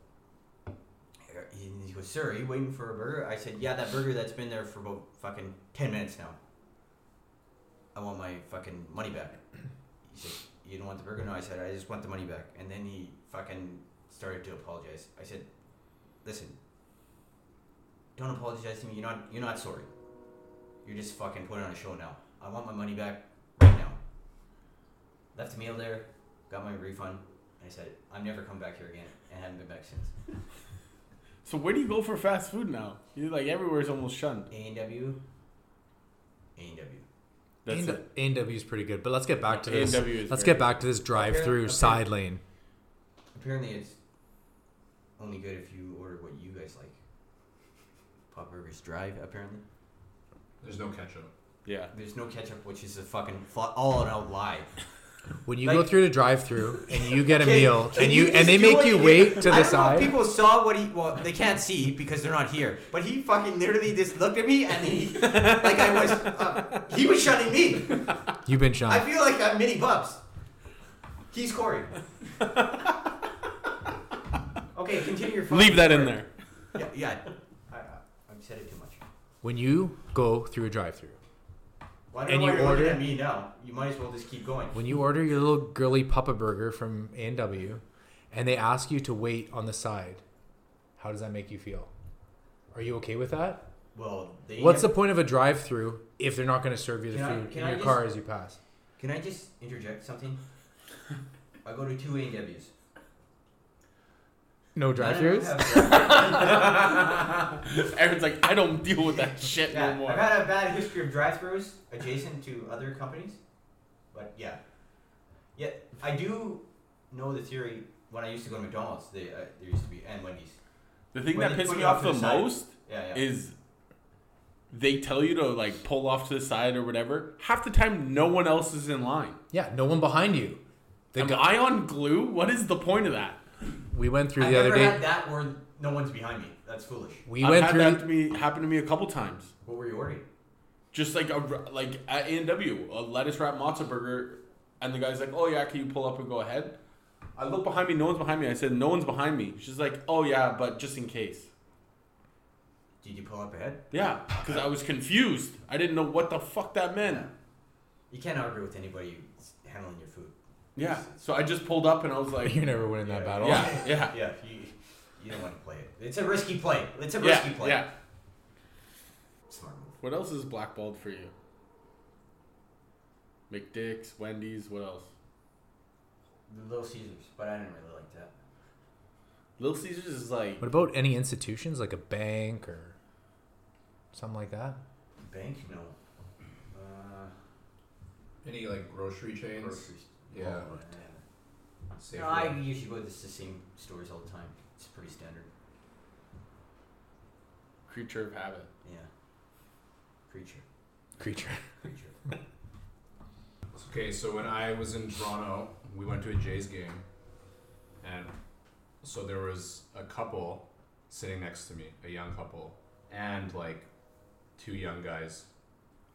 B: And he goes, "Sir, are you waiting for a burger?" I said, "Yeah, that burger that's been there for about fucking ten minutes now. I want my fucking money back." He said, "You don't want the burger?" No, I said, "I just want the money back." And then he fucking started to apologize. I said, "Listen, don't apologize to me. You're not you're not sorry. You're just fucking putting on a show now. I want my money back right now. Left the meal there, got my refund, and I said, I'm never coming back here again, and haven't been back since.
C: So where do you go for fast food now? You're like everywhere's almost shunned.
B: A&W, A&W.
C: That's
D: A&W
C: it.
D: is pretty good, but let's get back to this.
C: A&W is
D: Let's
C: very
D: get back to this drive-through
B: Okay.
D: side lane.
B: Apparently it's only good if you order what you guys like. Pop Burgers Drive, apparently.
E: There's no ketchup.
C: Yeah.
B: There's no ketchup, which is a fucking fla- all-out lie.
D: When you
B: Like-
D: go through the drive-through and you get a meal
B: Can
D: and you
B: just
D: and they
B: do
D: make
B: what
D: you
B: did?
D: wait to
B: I
D: the
B: don't know if
D: side.
B: people saw what he. Well, they can't see because they're not here. But he fucking literally just looked at me and he, like I was, uh, he was shunning me.
D: You've been
B: I
D: shot.
B: feel like I'm mini bubs. He's Corey. okay, continue your. fucking
C: Leave that in
B: story.
C: there.
B: Yeah, yeah. I, I- I've said it too much.
D: When you go through a drive-through,
B: Why you
D: And you
B: you're looking
D: order-
B: at me now? You might as well just keep going.
D: when you order your little girly papa burger from A&W and they ask you to wait on the side, how does that make you feel? Are you okay with that?
B: Well, they
D: What's
B: never-
D: the point of a drive-through if they're not going to serve you the
B: Can I-
D: food
B: can
D: in
B: I
D: your
B: just-
D: car as you pass?
B: Can I just interject something? I go to two A and W's.
D: No drive-throughs.
C: Aaron's like, I don't deal with that shit no
B: Yeah,
C: more.
B: I've had a bad history of drive-throughs adjacent to other companies, but yeah, yeah, I do know the theory. When I used to go to McDonald's, they uh, there used to be and Wendy's.
C: the thing
B: When
C: that
B: they
C: pisses
B: put
C: me
B: you off
C: off
B: to
C: the
B: the side.
C: most
B: Yeah, yeah.
C: is they tell you to like pull off to the side or whatever. Half the time, no one else is in line.
D: Yeah, no one behind you. The
C: Am
D: guy,
C: I on glue? What is the point of that?
D: we went through
B: I've
D: the other
B: never
D: day.
B: had that where no one's behind me. That's foolish.
D: We
C: I've
D: went
C: had
D: through.
C: that to me happen to me a couple times.
B: What were you ordering?
C: Just like a r- like at A and W, a lettuce wrap matzo burger, and the guy's like, "Oh yeah, can you pull up and go ahead?" I look behind me. No one's behind me. I said, "No one's behind me." She's like, "Oh yeah, but just in case."
B: Did you pull up ahead?
C: Yeah, because I was confused. I didn't know what the fuck that meant.
B: You can't argue with anybody who's handling your food.
C: Yeah, so I just pulled up and I was like,
D: You're never winning that battle.
C: yeah, yeah,
B: Yeah, you, you don't want to play it. It's a risky play. It's a risky
C: yeah,
B: play.
C: yeah.
B: Smart move.
C: What else is blackballed for you? McDick's, Wendy's, what else?
B: The Little Caesars, but I didn't really like that.
C: Little Caesars is like
D: What about any institutions like a bank or something like that?
B: Bank? No. Uh,
E: Any like grocery chains? Yeah. Safe
B: oh, No, I
E: route.
B: usually go to the same stores all the time. It's pretty standard.
C: Creature of habit.
B: Yeah. Creature.
D: Creature.
B: Creature.
E: Okay, so when I was in Toronto, we went to a Jays game, and so there was a couple sitting next to me, a young couple, and like two young guys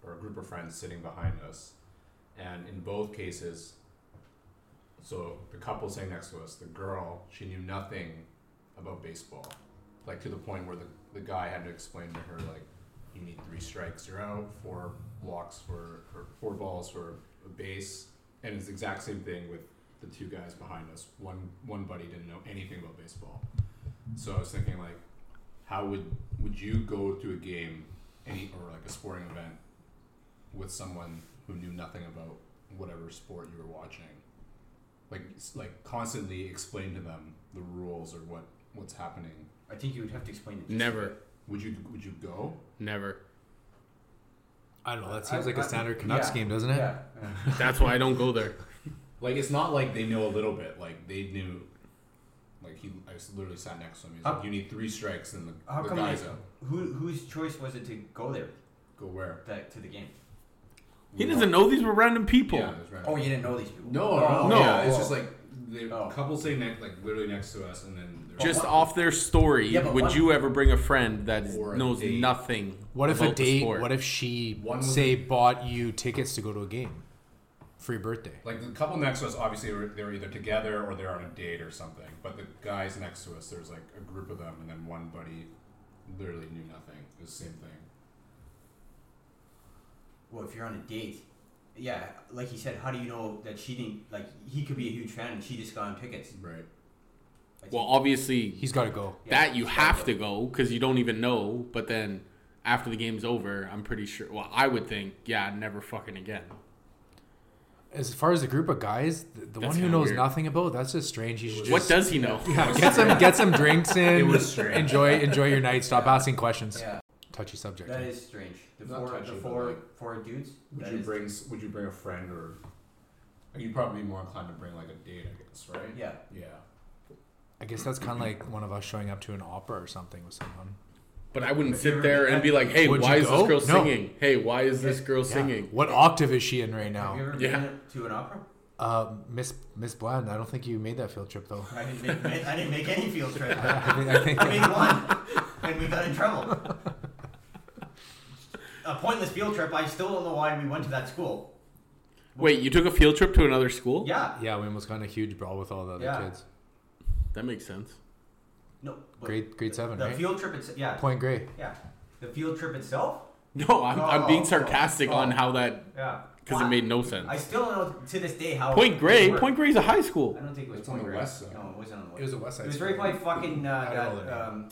E: or a group of friends sitting behind us. And in both cases, so the couple sitting next to us, the girl, she knew nothing about baseball, like to the point where the, the guy had to explain to her, like, you need three strikes, you're out, four walks for, or four balls for a base. And it's the exact same thing with the two guys behind us. One, one buddy didn't know anything about baseball. So I was thinking, like, how would, would you go to a game any, or like a sporting event with someone who knew nothing about whatever sport you were watching? Like, s- like constantly explain to them the rules or what, what's happening.
B: I think you would have to explain it.
C: Never,
E: Would you, would you go?
C: never.
D: I don't know. That
E: I-
D: seems like a
E: I-
D: standard Canucks
E: yeah.
D: game, doesn't it?
E: yeah.
C: That's why I don't go there.
E: Like it's not like they know a little bit. Like they knew. Like he, I s- literally sat next to him. He's
B: How-
E: like, "You need three strikes, and the,
B: How
E: the
B: come
E: guy's
B: you-
E: out.
B: Who whose choice was it to go there
E: Go where?
B: the, to the game?
C: He doesn't know these were random people.
E: Yeah, that's right.
B: Oh, you didn't know these people.
E: no,
B: Oh,
E: no,
C: No.
E: Yeah, it's just like the
B: Oh.
E: couple sitting next, like literally next to us, and then there's-
C: Just off their story,
B: Yeah, but
C: would
B: one-
C: you ever bring a friend that is-
E: Or a
C: knows
E: date.
C: nothing?
D: What if a
C: about the
D: date?
C: sport?
D: What if she
E: One was-
D: say bought you tickets to go to a game for your birthday?
E: like the couple next to us. Obviously, were, they were either together or they're on a date or something. But the guys next to us, there's like a group of them, and then one buddy literally knew nothing. It was the same thing.
B: Well, if you're on a date, yeah, like he said, how do you know that she didn't like he could be a huge fan and she just got him tickets?
E: Right.
B: I think-
C: Well, obviously
D: He's got to go.
C: that you have to go because you don't even know. But then after the game's over, I'm pretty sure. Well, I would think, yeah, never fucking again.
D: As far as the group of guys, the, the one
C: That's
D: who
C: kinda
D: knows
C: weird.
D: nothing about that's just strange. You should
C: what
D: just
C: does he know?
D: get some get some drinks in.
E: It was strange.
D: Enjoy enjoy your night. Stop asking questions.
B: Yeah,
D: Touchy subject.
B: that is strange. The
E: Not
B: four,
E: touchy,
B: the
E: but
B: four,
E: like-
B: four dudes.
E: Would
B: that
E: you
B: is-
E: bring? s- Would you bring a friend or? You'd probably be more inclined to bring like a date, I guess, right?
B: Yeah,
E: Yeah.
D: I guess that's kind of like one of us showing up to an opera or something with someone.
C: But I wouldn't sit there and be like, hey,
D: Would
C: why
D: you
C: is
D: go?
C: this girl
D: No.
C: singing? Hey, why is this girl
D: Yeah.
C: singing?
D: What octave is she in right
B: have you
D: now?
B: ever
C: Yeah.
B: been to an opera?
D: Uh, Miss Miss Bland. I don't think you made that field trip though.
B: I didn't make, I didn't make any field trip.
D: I think, I think
B: I made one, and we got in trouble. A pointless field trip. I still don't know why we went to that school.
C: Wait, you took a field trip to another school?
B: Yeah,
D: yeah, we almost got in a huge brawl with all the other
B: Yeah.
D: kids.
C: That makes sense.
B: no. but
D: Grade grade seven,
B: The
D: right?
B: field trip. It's yeah,
D: Point gray.
B: yeah. The field trip itself.
C: No, I'm, I'm being
B: Oh,
C: sarcastic
B: oh.
C: on how that,
B: Yeah.
C: because it
B: Why-
C: made no sense.
B: I still don't know to this day how.
C: Point
B: it
C: Grey?
B: worked.
C: Point Grey's a high
B: I
C: school.
B: don't think it was
E: It's on
B: Point
E: the
B: Grey.
E: west side.
B: No, it wasn't on the west.
D: It was a West Side.
B: It was right by fucking uh,
D: I don't know
B: that.
D: the name.
B: Um,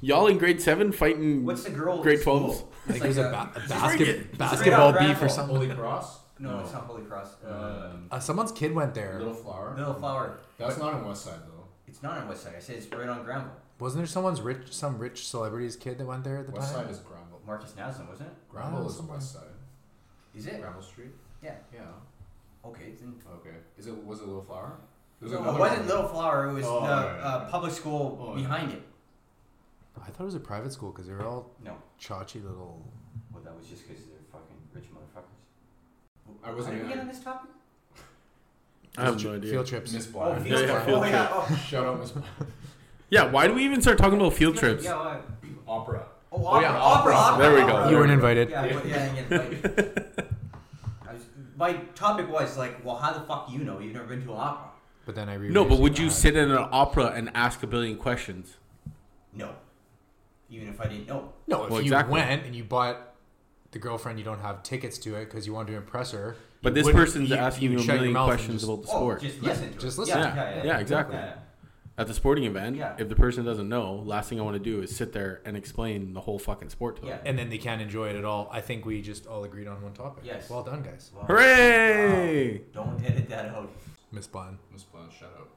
C: Y'all in grade seven fighting
B: what's the girl?
C: grade
B: school?
C: 12s?
D: I think it was a, ba- a basket,
B: up
D: basketball beef or
B: Granville.
D: something.
E: Holy Cross.
B: No, it's not Holy Cross. Uh,
E: Um,
D: Uh, someone's kid went there.
E: Little Flower.
B: Little Flower.
E: That's not on West Side though.
B: It's not on West Side. I said it's right on Granville.
D: Wasn't there someone's rich, some rich celebrity's kid that went there at the
E: West
D: time?
E: Side is Granville.
B: Marcus Naslin, wasn't it?
E: Granville
D: Oh,
E: is
D: somewhere.
E: West Side.
B: Is it?
E: Granville Street.
B: Yeah.
E: Yeah.
B: Okay. Then.
E: Okay. Is it? Was it Little Flower? There's
B: No, it
E: another
B: wasn't
E: one.
B: Little Flower. It was
E: Oh,
B: the
E: right, right,
B: uh,
E: right.
B: public school
E: Oh, yeah.
B: behind it.
D: I thought it was a private school because they were all
B: No.
D: chachi little.
B: Well, that was just because they're fucking rich motherfuckers.
E: I wasn't
B: How did we
E: in-
B: get on this topic?
C: I have
D: field
C: no
D: tri-
C: idea.
D: Field trips.
E: Miss
B: Oh,
E: Blind.
B: field
C: yeah,
B: trip.
C: field
B: Oh, yeah. Oh,
E: Shut up, Miss Blind.
C: Yeah, why do we even start talking about field trips?
B: Yeah. why-
E: Opera.
B: Oh,
C: Oh, yeah,
B: opera, opera,
C: opera.
B: opera,
C: There we go.
B: opera.
D: you weren't invited.
B: Yeah, but- yeah, yeah. like, I was, my topic was like, well, how the fuck do you know? You've never been to an opera?
D: But then I re-
C: No, but would you
D: uh,
C: sit in an opera and ask a billion questions?
B: No. Even if I didn't know.
D: No, if
C: Well,
D: you
C: exactly.
D: went and you bought the girlfriend, you don't have tickets to it because you wanted to impress her.
C: But
D: you
C: this
D: wouldn't-
C: person's
D: you- you
C: asking you
D: would
C: a
D: shut your
C: million
D: mouth and
C: questions
D: just-
C: about the
B: Oh,
C: sport.
B: just
D: Yeah,
B: listen to
D: just
B: it.
D: listen.
C: Yeah, yeah, exactly.
B: yeah.
C: At the sporting event,
B: Yeah.
C: if the person doesn't know, last thing I want to do is sit there and explain the whole fucking sport to them.
B: Yeah.
D: and then they can't enjoy it at all. I think we just all agreed on one topic.
B: Yes.
D: Well done, guys.
B: Wow.
C: Hooray!
B: Wow. Don't edit that out.
D: Miss Bond.
E: Miss Blind. Shut up,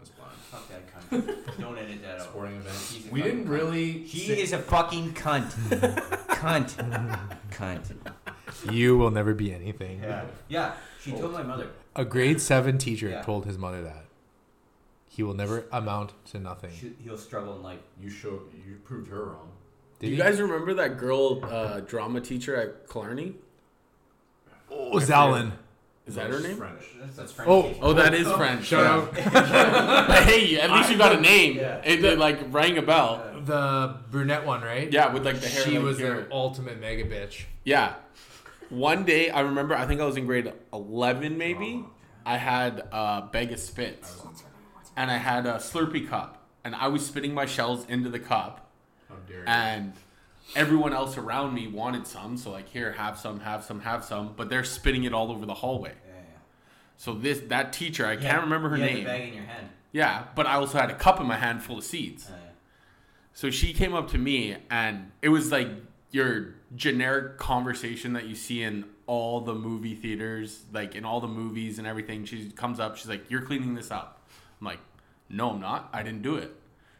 E: Miss Blind.
B: Fuck that cunt. Don't edit that out.
E: Sporting event.
B: He's a
E: We
B: fucking
E: didn't
B: cunt.
E: really.
B: He
E: sit-
B: is a fucking cunt. cunt. Cunt.
D: You will never be anything.
B: Yeah. Yeah. She told my mother.
D: A grade seven teacher
B: Yeah.
D: told his mother that he will never amount to nothing.
B: She, he'll struggle in life.
E: You show you proved her wrong.
D: Did
C: you
D: he?
C: guys remember that girl uh, drama teacher at Killarney?
D: oh, Zalin.
C: Is that her
E: That's
C: name?
E: French.
B: That's, that's French.
D: Oh.
B: teacher.
C: Oh, that is French.
D: Shout out
C: out. hey, at least you got a name.
B: Yeah.
C: It, it, like rang a bell.
D: the brunette one, right?
C: Yeah, with like the hair.
D: she
C: like,
D: was
C: here.
D: the ultimate mega bitch.
C: Yeah. One day, I remember, I think I was in grade 11
B: Oh,
C: maybe. I had a bag of spits. And I had a Slurpee cup. And I was spitting my shells into the cup.
E: How dare you?
C: And everyone else around me wanted some. So, like, here, have some, have some, have some. But they're spitting it all over the hallway.
B: Yeah, yeah.
C: So, this, that teacher, I
B: You
C: can't
B: had-
C: remember her
B: you had
C: name.
B: the bag in your hand.
C: Yeah, but I also had a cup in my hand full of seeds.
B: Uh,
C: So she came up to me and it was like your generic conversation that you see in all the movie theaters, like in all the movies and everything. She comes up, she's like, You're cleaning this up. I'm like, No, I'm not. I didn't do it.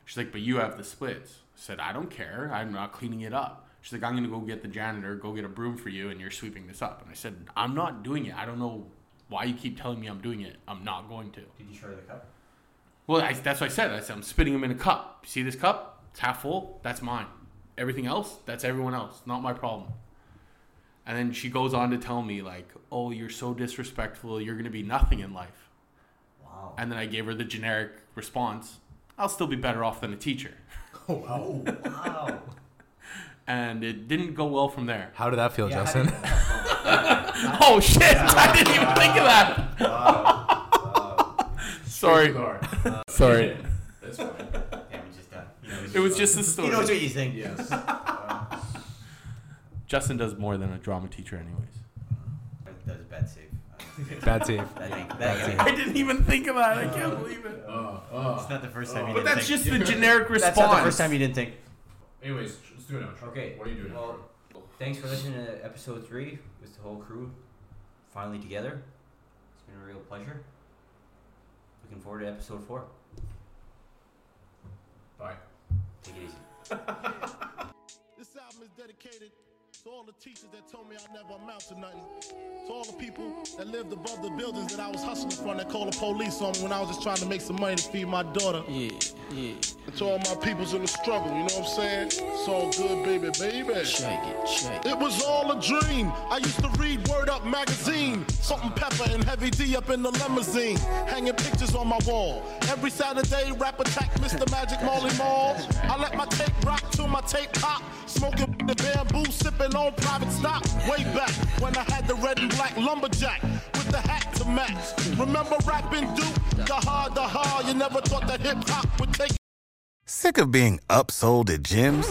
C: She's like, But you have the splits. I said, I don't care. I'm not cleaning it up. She's like, I'm going to go get the janitor, go get a broom for you, and you're sweeping this up. And I said, I'm not doing it. I don't know why you keep telling me I'm doing it. I'm not going to.
B: did you show her the cup?
C: Well, I, that's what I said. I said I'm spitting them in a cup. See this cup? It's half full. That's mine. Everything else, that's everyone else. Not my problem. And then she goes on to tell me like, "Oh, you're so disrespectful. You're gonna be nothing in life."
B: Wow.
C: And then I gave her the generic response, "I'll still be better off than a teacher."
B: Oh, wow.
C: And it didn't go well from there.
D: How did that feel,
B: Yeah, how
D: Justin?
B: did-
C: Oh shit! I didn't even think of that. Sorry,
E: Sorry.
C: sorry.
E: That's fine.
B: Yeah, we just done. He knows
C: It was
B: what-
C: just a story.
B: He knows what you think.
E: Yes.
C: Justin does more than a drama teacher, anyways.
B: That that was a bad save. honestly.
D: Bad save.
B: I think that,
C: I didn't even think of that. I can't believe it.
E: Oh, oh.
B: It's not the first time you
C: But
B: didn't
C: that's
B: think.
C: just the generic response.
B: That's not the first time you didn't think.
E: Anyways, let's do an outro.
B: Okay.
E: What are you doing?
B: Well, thanks for listening to episode three with the whole crew finally together. It's been a real pleasure. Looking forward to episode four.
E: Bye.
B: Take it easy.
F: This album is dedicated to all the teachers that told me I never amount to nothing. To all the people that lived above the buildings that I was hustling from that called the police on me when I was just trying to make some money to feed my daughter. Yeah, yeah. And to all my peoples in the struggle, you know what I'm saying? It's all good, baby, baby. It was all a dream. I used to read Word Up magazine. Salt and pepper and heavy D up in the limousine. Hanging pictures on my wall. Every Saturday, rap attack Mr. Magic Molly Mall. I let my tape rock till my tape pop. Smoking the bamboo, sipping on private stock. Way back when I had the red and black lumberjack with the hat to match. Remember rapping Duke? The hard, the hard. You never thought that hip hop would take
G: Sick of being upsold at gyms?